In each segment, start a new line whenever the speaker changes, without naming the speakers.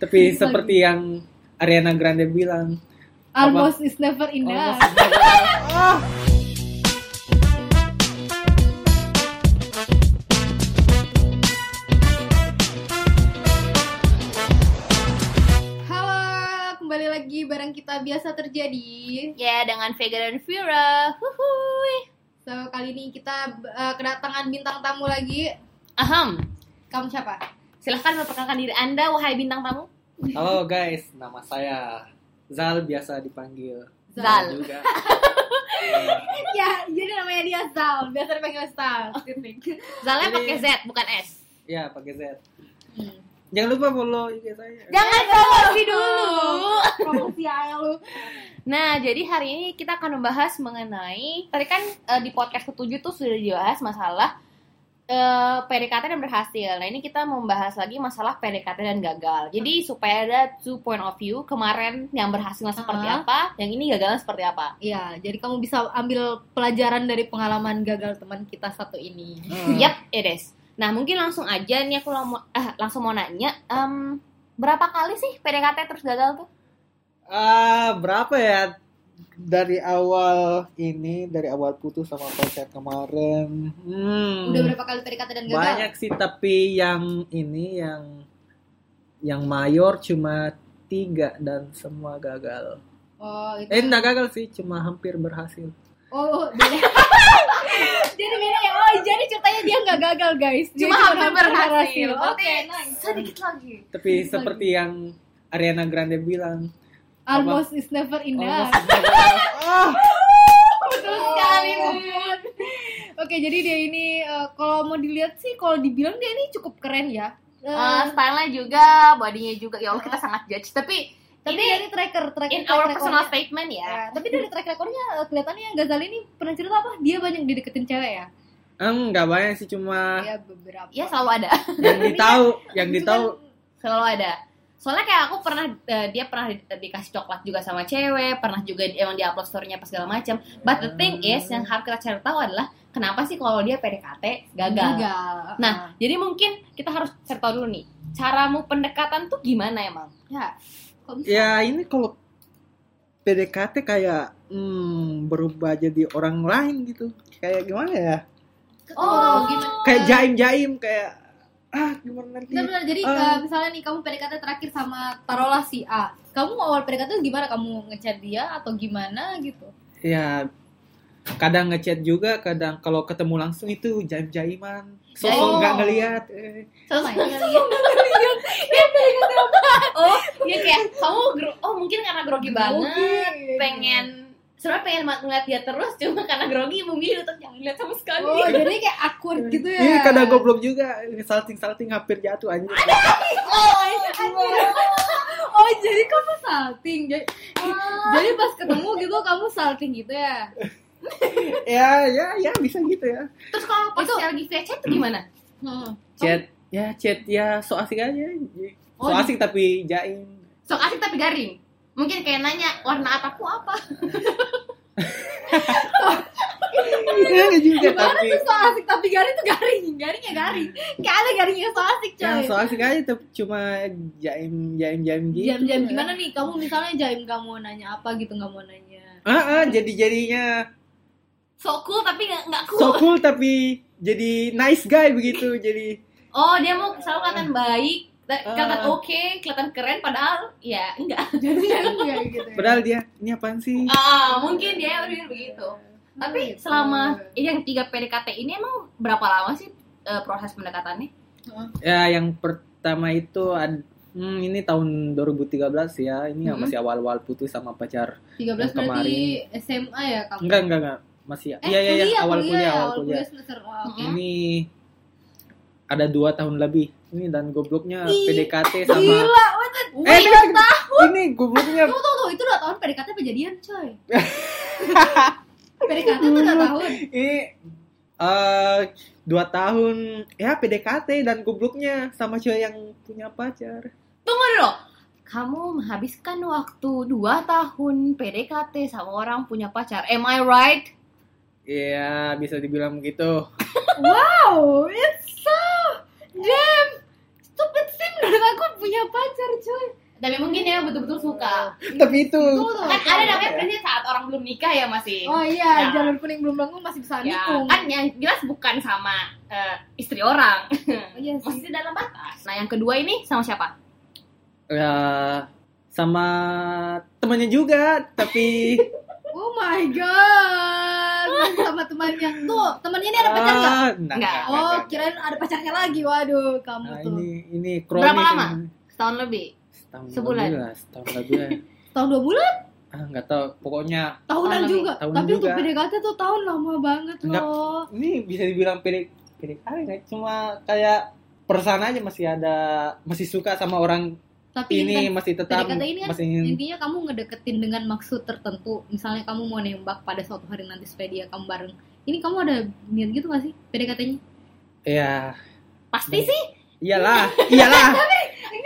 Tapi seperti yang Ariana Grande bilang,
Almost is never
Nah.
enough. Halo, kembali lagi bareng kita biasa terjadi.
Ya, dengan Vega dan Fira. Huhuy.
So kali ini kita eh, kedatangan bintang tamu lagi.
Aham.
Kamu siapa?
Silahkan memperkenalkan diri Anda, wahai bintang tamu.
halo guys, nama saya Zal biasa dipanggil.
Zal.
juga.
ya, jadi namanya dia Zal. Biasa dipanggil Zal. titik.
Zalnya
Jadi-
pakai Z, bukan S.
ya pakai Z.
Hmm.
Jangan lupa follow IG saya.
Jangan promosi dulu.
Promosi aja lu.
Nah, jadi hari ini kita akan membahas mengenai tadi kan eh, di podcast ketujuh tuh sudah dibahas masalah eh, PDKT dan berhasil. Nah, ini kita mau membahas lagi masalah PDKT dan gagal. Jadi supaya ada two point of view kemarin yang berhasilnya seperti
Uh-huh.
apa, yang ini gagalnya seperti apa.
Ya, jadi kamu bisa ambil pelajaran dari pengalaman gagal teman kita satu ini.
Hmm.
Yap, it is. Nah, mungkin langsung aja nih aku lang- mau- ah, langsung mau nanya em, berapa kali sih PDKT terus gagal tuh?
Ah, berapa ya? Dari awal ini, dari awal putus sama pacar kemarin. Hmm.
Udah berapa kali PDKT dan gagal?
banyak sih tapi yang ini yang yang mayor cuma tiga dan semua gagal
Oh, itu.
eh enggak gagal sih cuma hampir berhasil
Oh, beda. jadi beda ya. Oh, jadi ceritanya dia nggak gagal, guys. Dia
Cuma hampir berhasil.
Oke,
Oke,
nice.
Sedikit lagi.
tapi
Lagi.
seperti yang Ariana Grande bilang
Almost is never enough.
almost gagal. Ah,
Betul sekali, Bun. Oh. Oke, jadi dia ini eh, kalau mau dilihat sih kalau dibilang dia ini cukup keren ya. Eh,
Eh, stylenya juga, bodinya juga. Ya Allah kita sangat judge. Tapi
tapi
ini
dari tracker, tracker
in our
track
personal
recordnya-
statement ya.
Ya, tapi dari track recordnya eh, kelihatannya Gazali ini pernah cerita apa? Dia banyak dideketin cewek ya?
enggak banyak sih cuma
Ya beberapa.
Ya selalu ada,
yang ditahu yang ditahu
selalu ada. Soalnya kayak aku pernah eh, dia pernah di- dikasih coklat juga sama cewek, pernah juga di- emang di upload story-nya pas segala macam. But the thing is yang harus kita cari tahu adalah kenapa sih kalau dia PDKT gagal.
Gagal.
Nah, jadi mungkin kita harus cari tahu dulu nih. Caramu pendekatan tuh gimana emang?
ya. Kok bisa?
ya ini kalau PDKT kayak hmm, berubah jadi orang lain gitu kayak gimana ya
Oh,
gimana?
kayak jaim jaim kayak ah gimana nanti
Benar, benar. Jadi
Eh.
eh, misalnya nih kamu PDKT terakhir sama taruhlah si A. Kamu awal PDKT itu gimana? Kamu ngechat dia atau gimana gitu?
ya kadang ngechat juga kadang kalau ketemu langsung itu jaim-jaiman sosok
Oh.
Jaim.
nggak ngelihat eh.
Terus main Iya, Oh, iya kayak kamu gro- oh mungkin karena grogi banget,
Grogi.
pengen sebenarnya pengen banget ngeliat dia terus cuma karena grogi memilih untuk jangan lihat sama sekali.
Oh, jadi kayak awkward gitu ya.
Ih, Iya, kadang goblok juga salting salting hampir jatuh anjir
Oh, anjir. oh, jadi kamu salting. Jadi, jadi pas ketemu gitu kamu salting gitu ya.
ya ya ya bisa gitu ya
Terus kalau pas
Itu-
dia lagi via chat tuh gimana?
Hmm.
chat ya chat ya so asik aja so
Oh,
asik tapi jaim
Sok asik tapi garing. Mungkin kayak nanya warna atapku apa?
Iya juga
Gimana
tapi
tuh so asik tapi garing tuh garing, garing ya garing. Kayak ada garingnya so asik coy.
yang Ya, so asik aja tuh cuma jaim jaim jaim gitu
Jam-jam gimana nih? Kamu misalnya jaim gak mau nanya apa gitu, gak mau nanya.
ah, ah, jadi jadinya
Sok cool tapi nggak nggak cool.
so cool tapi jadi nice guy begitu jadi
Oh, dia mau selalu kelihatan baik, kelihatan
Eh.
oke, kelihatan keren padahal ya enggak.
Jam-jam kayak gitu. ya.
padahal dia ini apaan sih
Ah, mungkin dia berpikir begitu. Tapi
Gitu.
selama yang tiga PDKT ini emang berapa lama sih eh, proses pendekatannya?
Ya, yang pertama itu ad- hmm, ini tahun 2013 ya. Ini yang
Mhm.
masih awal-awal putus sama pacar.
13 berarti SMA ya kamu?
Enggak, enggak, enggak. Masih.
Eh,
Iya, iya, iya,
kuliah, ya,
awal kuliah, awal
kuliah
kuliah.
semester. Wah, oke.
kuliah.
Ini ada dua tahun lebih. Ini dan gobloknya
Ih,
PDKT sama
Gila, what the...
Eh, bentar. ini gobloknya
Tunggu, tunggu, tunggu. Itu 2 tahun PDKT apa jadian, coy? PDKT itu 2 tahun.
ini eh dua tahun ya PDKT dan gobloknya sama cewek yang punya pacar.
Tunggu dulu. Kamu menghabiskan waktu 2 tahun PDKT sama orang punya pacar. Am I right?
Iya, bisa dibilang gitu. begitu.
Wow, it's so damn stupid sih menurut aku punya pacar, coy.
tapi mungkin ya betul-betul suka
Tapi itu
Itu loh.
kan ada namanya prinsip saat orang belum nikah ya masih
Oh iya,
Ya.
jalur kuning belum bangun masih bisa
ya,
nikung.
kan yang jelas bukan sama eh, istri orang
Oh, iya sih.
masih dalam batas nah yang kedua ini sama siapa
ya sama temannya juga, tapi
Oh my god. Masih sama temannya. Tuh, temannya ini ada pacar nggak?
Ah, enggak,
Enggak.
enggak,
Oh,
enggak.
kirain ada pacarnya lagi. Waduh, kamu
Nah,
tuh.
ini ini kronis.
Berapa lama?
ini.
setahun lebih
Setahun
Sebulan?
lebih lah, setahun lebih lah.
Tahun dua bulan?
ah, enggak tahu. Pokoknya
Tahunan
lebih.
juga.
Tahun
Tapi untuk
juga.
PDKT tuh tahun lama banget
Enggak.
loh.
ini bisa dibilang pilih pilih kali nggak? cuma kayak perasaan aja masih ada masih suka sama orang
Tapi
ini
kan
masih tetap
PDKT ini kan
masih ingin
intinya kamu ngedeketin dengan maksud tertentu. Misalnya kamu mau nembak pada suatu hari nanti supaya dia kamu bareng. Ini kamu ada niat gitu gak sih PDKT-nya?
ya
pasti sih
iyalah iyalah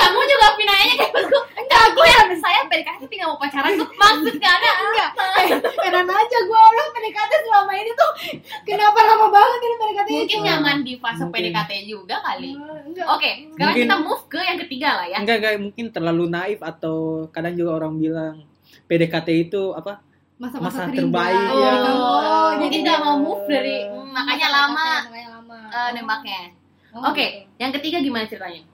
kamu juga pinanya kayak aku enggak aku yang saya PDKT tapi nggak mau pacaran tuh maksudnya ada enggak
Eh, Heran aja gue orang PDKT selama ini tuh kenapa lama banget ini PDKT -nya?
mungkin nyaman di fase
Mungkin.
PDKT juga kali
Enggak,
oke
enggak.
sekarang
Mungkin.
kita move ke yang ketiga lah ya
enggak enggak mungkin terlalu naif atau kadang juga orang bilang PDKT itu apa
masa-masa
Masa
terindah.
terbaik,
Oh,
ya.
oh,
jadi
jadi
nggak mau move dari hmm, makanya lama
makanya lama.
eh, nembaknya
Oh,
oke yang ketiga gimana ceritanya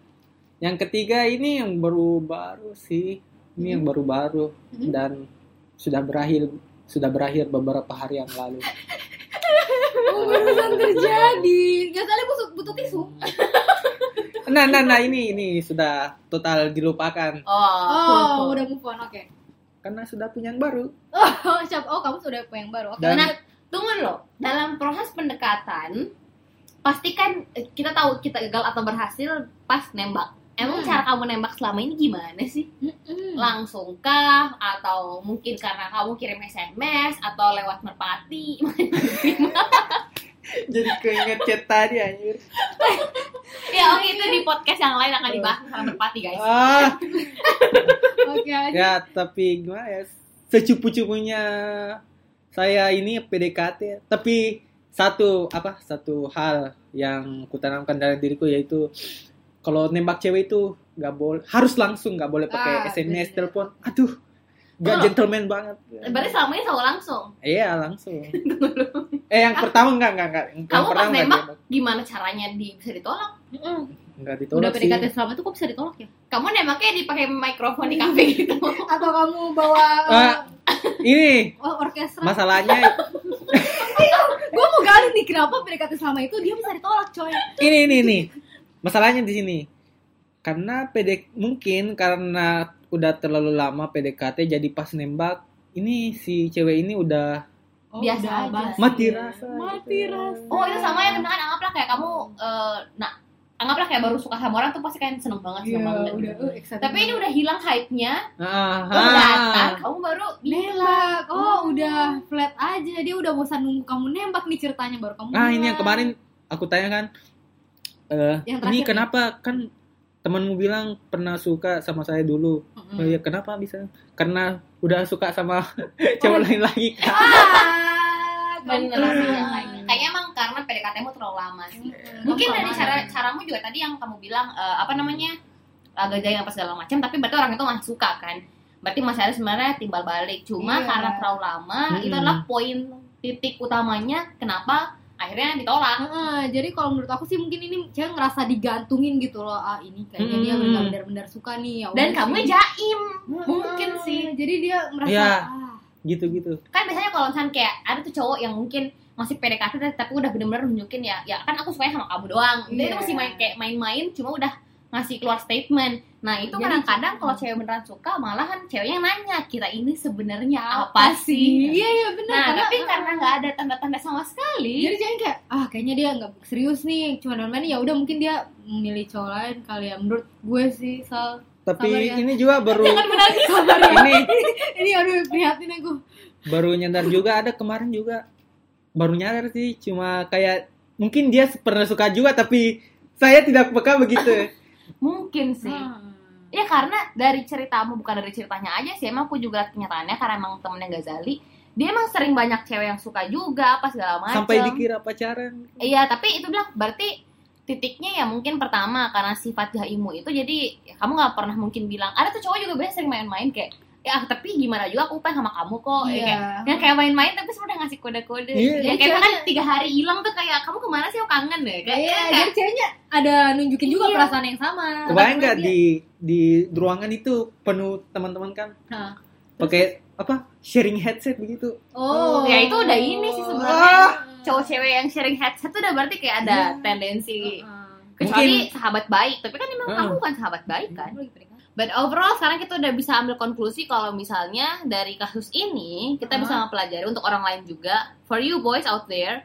yang ketiga ini yang baru-baru sih ini yang baru-baru
Hmm.
dan sudah berakhir sudah berakhir beberapa hari yang lalu
gitu. Oh, barusan terjadi. Gak salah gue butuh tisu.
nah nah nah ini ini sudah total dilupakan
oh, cool,
Oh,
cool.
udah move on, oke.
karena sudah punya yang baru
Oh, siap. Oh, kamu sudah punya yang baru. Oke.
Dan-
nah tunggu loh dalam proses pendekatan pastikan eh, kita tahu kita gagal atau berhasil pas nembak emang
Hmm.
cara kamu nembak selama ini gimana sih
Mm-mm.
langsung kah atau mungkin karena kamu kirim sms atau lewat merpati
jadi keinget chat tadi anjir
ya oke itu di podcast yang lain akan dibahas masalah merpati guys
ah
Oke. aja.
ya tapi gimana ya secupu-cupunya saya ini PDKT tapi satu apa satu hal yang kutanamkan dalam diriku yaitu kalau nembak cewek itu nggak boleh harus langsung nggak boleh
Ah,
pakai
bener.
SMS
iya.
telepon aduh nggak
Oh.
gentleman banget
berarti selama ini selalu langsung
iya langsung eh yang pertama nggak nggak nggak yang
kamu pas
pertama nggak
nembak
nembak.
gimana caranya di, bisa ditolak
Mm-mm.
nggak
Udah
ditolak sih
PDKT selama itu kok bisa ditolak ya?
kamu nembaknya dipakai mikrofon di kafe gitu
Atau kamu bawa
Ah. ini
uh, oh, orkestra?
masalahnya
Gue mau gali nih kenapa PDKT selama itu dia bisa ditolak, coy.
ini ini ini masalahnya di sini karena PD mungkin karena udah terlalu lama PDKT jadi pas nembak ini si cewek ini udah
Oh,
Biasa
udah
aja.
basi.
mati rasa
Mati
gitu.
rasa. Iya,
Oh itu sama yang misalkan anggaplah kayak kamu eh, nah anggaplah kayak baru suka sama orang tuh pasti kan seneng banget
Iya,
seneng banget.
udah tuh excited
Tapi ini
banget.
udah hilang hype-nya,
Ah,
lo merata, kamu baru
Iya. Nembak, oh udah flat aja dia udah bosan nunggu kamu nembak nih ceritanya baru kamu.
ah ini
bilang.
yang kemarin aku tanya kan eh,
Yang
ini
terakhir
kenapa kan temanmu bilang pernah suka sama saya dulu
Mm-mm.
Oh iya, kenapa bisa karena udah suka sama
Oh.
cewek lain lagi kan?
Ah, kamu
bener
terlalu
sih yang
lama.
lainnya. Kayaknya emang karena PDKT-mu terlalu lama sih.
Mm-mm.
Mungkin
Kamu
dari
lama.
cara caramu juga tadi yang kamu bilang eh, apa namanya agak jaya apa segala macam, tapi berarti orang itu masih suka kan. Berarti masih ada sebenarnya timbal balik. Cuma
Iya.
karena terlalu lama,
Mm-mm.
itu adalah poin titik utamanya kenapa akhirnya ditolak.
Heeh, jadi kalau menurut aku sih mungkin ini cewek ngerasa digantungin gitu loh. Ah, ini kayaknya dia
Mm-mm.
nggak benar-benar suka nih. Ya udah
Hmm. Dan kamu
sih.
jaim.
Heeh,
mungkin sih.
Jadi dia merasa
Iya.
ah,
gitu gitu
kan biasanya kalau misalnya kayak ada tuh cowok yang mungkin masih PDKT tapi- tapi udah bener-bener nunjukin ya ya kan aku sukanya sama kamu doang dia itu
Iya.
masih main kayak main-main cuma udah ngasih keluar statement nah itu
Jadi Hmm.
kadang-kadang
cewek-
kalau cewek beneran suka malahan ceweknya yang nanya kita ini sebenarnya apa sih
Iya iya benar.
nah
karena-
tapi karena nggak ada tanda-tanda sama sekali
jadi jangan kayak ah kayaknya dia nggak serius nih cuma main ya udah mungkin dia memilih cowok lain kali ya menurut gue sih sal
tapi
Sabar ya.
ini juga baru
jangan menangis
ini
ini aduh prihatin aku
baru nyadar juga ada kemarin juga baru nyadar sih cuma kayak mungkin dia pernah suka juga tapi saya tidak peka begitu
mungkin sih
Hmm.
Ya karena dari ceritamu bukan dari ceritanya aja sih emang aku juga liat kenyataannya karena emang temennya Ghazali dia emang sering banyak cewek yang suka juga apa segala macam Nah,
sampai dikira pacaran
Iya, tapi itu bilang berarti titiknya ya mungkin pertama karena sifat jaimu itu jadi ya kamu nggak pernah mungkin bilang ada tuh cowok juga biasanya sering main-main kayak ya tapi gimana juga aku pengen sama kamu kok ya kayak
Iya.
Ya kayak main-main tapi sebenarnya ngasih kode-kode.
Iya.
Ya, kayak kan tiga hari hilang tuh kayak kamu kemana sih aku kangen deh. Kayak
Iya, jadi ceweknya ada nunjukin juga
Iya.
perasaan yang sama.
Kebayang
Karena
nggak di di ruangan itu penuh teman-teman kan
Nah.
Hah.
pakai apa sharing headset begitu.
Oh,
ya itu udah ini sih sebenarnya.
Ah.
Cowok cewek yang sharing headset tuh udah berarti kayak
Iya.
ada
Oh.
tendensi
Heeh.
kecuali sahabat baik. Tapi kan emang
Heeh.
kamu bukan sahabat baik kan.
Lu lagi pernikahan?
But overall sekarang kita udah bisa ambil konklusi kalau misalnya dari kasus ini kita bisa mempelajari untuk orang lain juga. For you boys out there,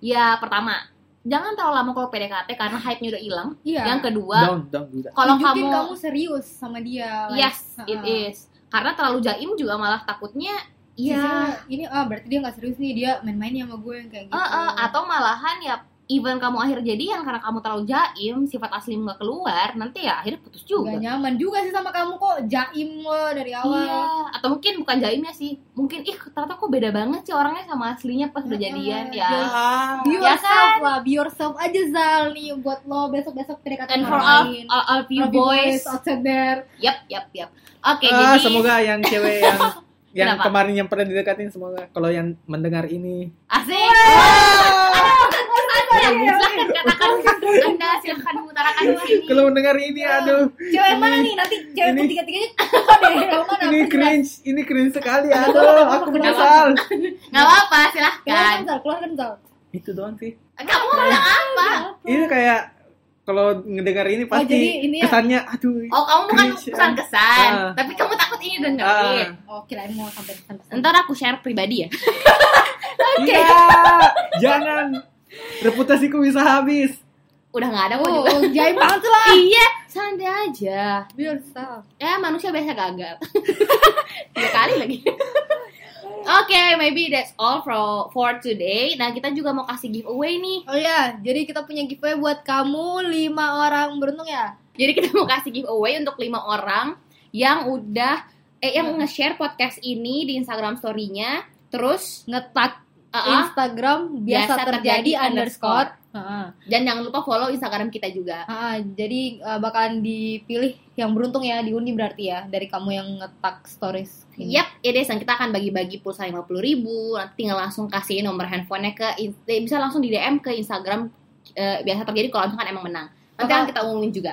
ya pertama jangan terlalu lama kalau PDKT karena hype-nya udah hilang.
Iya.
Yang kedua,
Down down juga.
kalau
Tunjukin
kamu Iya,
kamu serius sama dia. like,
Yes, it
heeh.
is. Karena terlalu jaim juga malah takutnya ya
Sisanya, ini ah berarti dia nggak serius nih dia main-main sama gue yang kayak gitu.
eh, eh, atau malahan ya even kamu akhir jadian karena kamu terlalu jaim, sifat asli nggak keluar, nanti ya akhirnya putus
Gak
juga.
nyaman juga sih sama kamu kok jaim lo dari awal.
Iya, atau mungkin bukan jaimnya sih. Mungkin ih ternyata kok beda banget sih orangnya sama aslinya pas udah
Heeh,
jadian
yes.
ya.
Iya. Ah,
Be
Ya
yourself lah, be yourself aja Zal nih buat lo besok-besok PDKT
And
sama
for all,
orang lain.
all, all of you
Lovey
boys,
outside there.
yap yap yap. Oke,
Ah,
jadi
semoga yang cewek yang yang
Kenapa?
kemarin yang pernah didekatin semoga kalau yang mendengar ini
asik. Ada pesan-pesan ya? Silakan katakan Anda silakan mengutarakan di sini.
kalau mendengar ini
Ya.
aduh
Cewek yang mana nih nanti cewek
Ini-
ketiga-tiganya kok deh yang mana?
ini cringe ini cringe sekali aduh aku menyesal
Gak apa-apa,
Keluarkan
silahkan.
kan,
Eh,
Zal, keluarkan Zal.
itu doang sih
Kamu mau bilang apa?
ini Iya, kayak kalau ngedengar ini
Oh, jadi
pasti
ini ya-
kesannya aduh
Oh, kamu bukan
Cringe,
kesan-kesan.
ah.
Tapi kamu takut ini dengerin.
Oh, kirain mau sampai pesan-pesan.
Ntar aku share pribadi ya.
iya jangan reputasiku bisa habis
Udah gak ada kok juga.
Oh, jaim banget lah.
Iya, santai aja.
Be yourself.
Ya, manusia biasa gagal. Tiga kali lagi. Oke, maybe that's all for, for today. Nah, kita juga mau kasih giveaway nih.
Oh iya, jadi kita punya giveaway buat kamu lima orang beruntung ya.
Jadi kita mau kasih giveaway untuk lima orang yang udah eh yang nge-share podcast ini di Instagram story-nya. Terus
Ngetat
uh-uh,
Instagram biasa,
Biasa
terjadi,
terjadi
underscore.
underscore.
Heeh.
Dan jangan lupa follow Instagram kita juga.
Heeh, jadi eh, bakalan dipilih yang beruntung ya diundi berarti ya dari kamu yang ngetak stories. ini.
Yap, it is. Dan kita akan bagi-bagi pulsa 50 ribu. Nanti tinggal langsung kasih nomor handphonenya ke, in- eh, bisa langsung di DM ke Instagram. eh, biasa terjadi kalau misalkan emang menang. Nanti akan
Bakal-
kita umumin juga.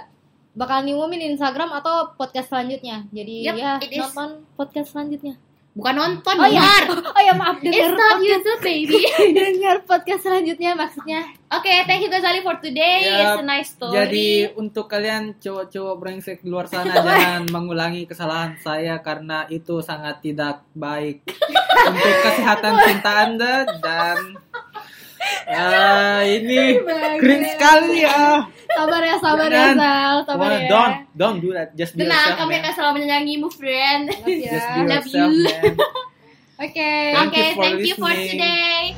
Bakalan diumumin Instagram atau podcast selanjutnya. Jadi
Yap,
ya
it is.
nonton podcast selanjutnya.
Bukan nonton,
Oh, iya.
dengar.
Oh ya maaf
It's
dengar
not YouTube, baby.
dengar podcast selanjutnya maksudnya.
Oke, thank you guys Ali for today.
Yap.
It's a nice story.
Iya, Jadi untuk kalian cowok-cowok brengsek di luar sana jangan mengulangi kesalahan saya karena itu sangat tidak baik untuk kesehatan cinta anda dan eh, ini cringe sekali ya.
Sabar ya, sabar ya,
Jangan.
Sal. Sabar
Well,
ya.
don't don't do that. Just be
Tenang,
yourself. ya.
kami
man.
akan selalu menyayangimu, friend.
Love ya.
Just be
Love
yourself.
you.
man.
Oke.
Oke,
Thank you for
thank you for
listening.
today.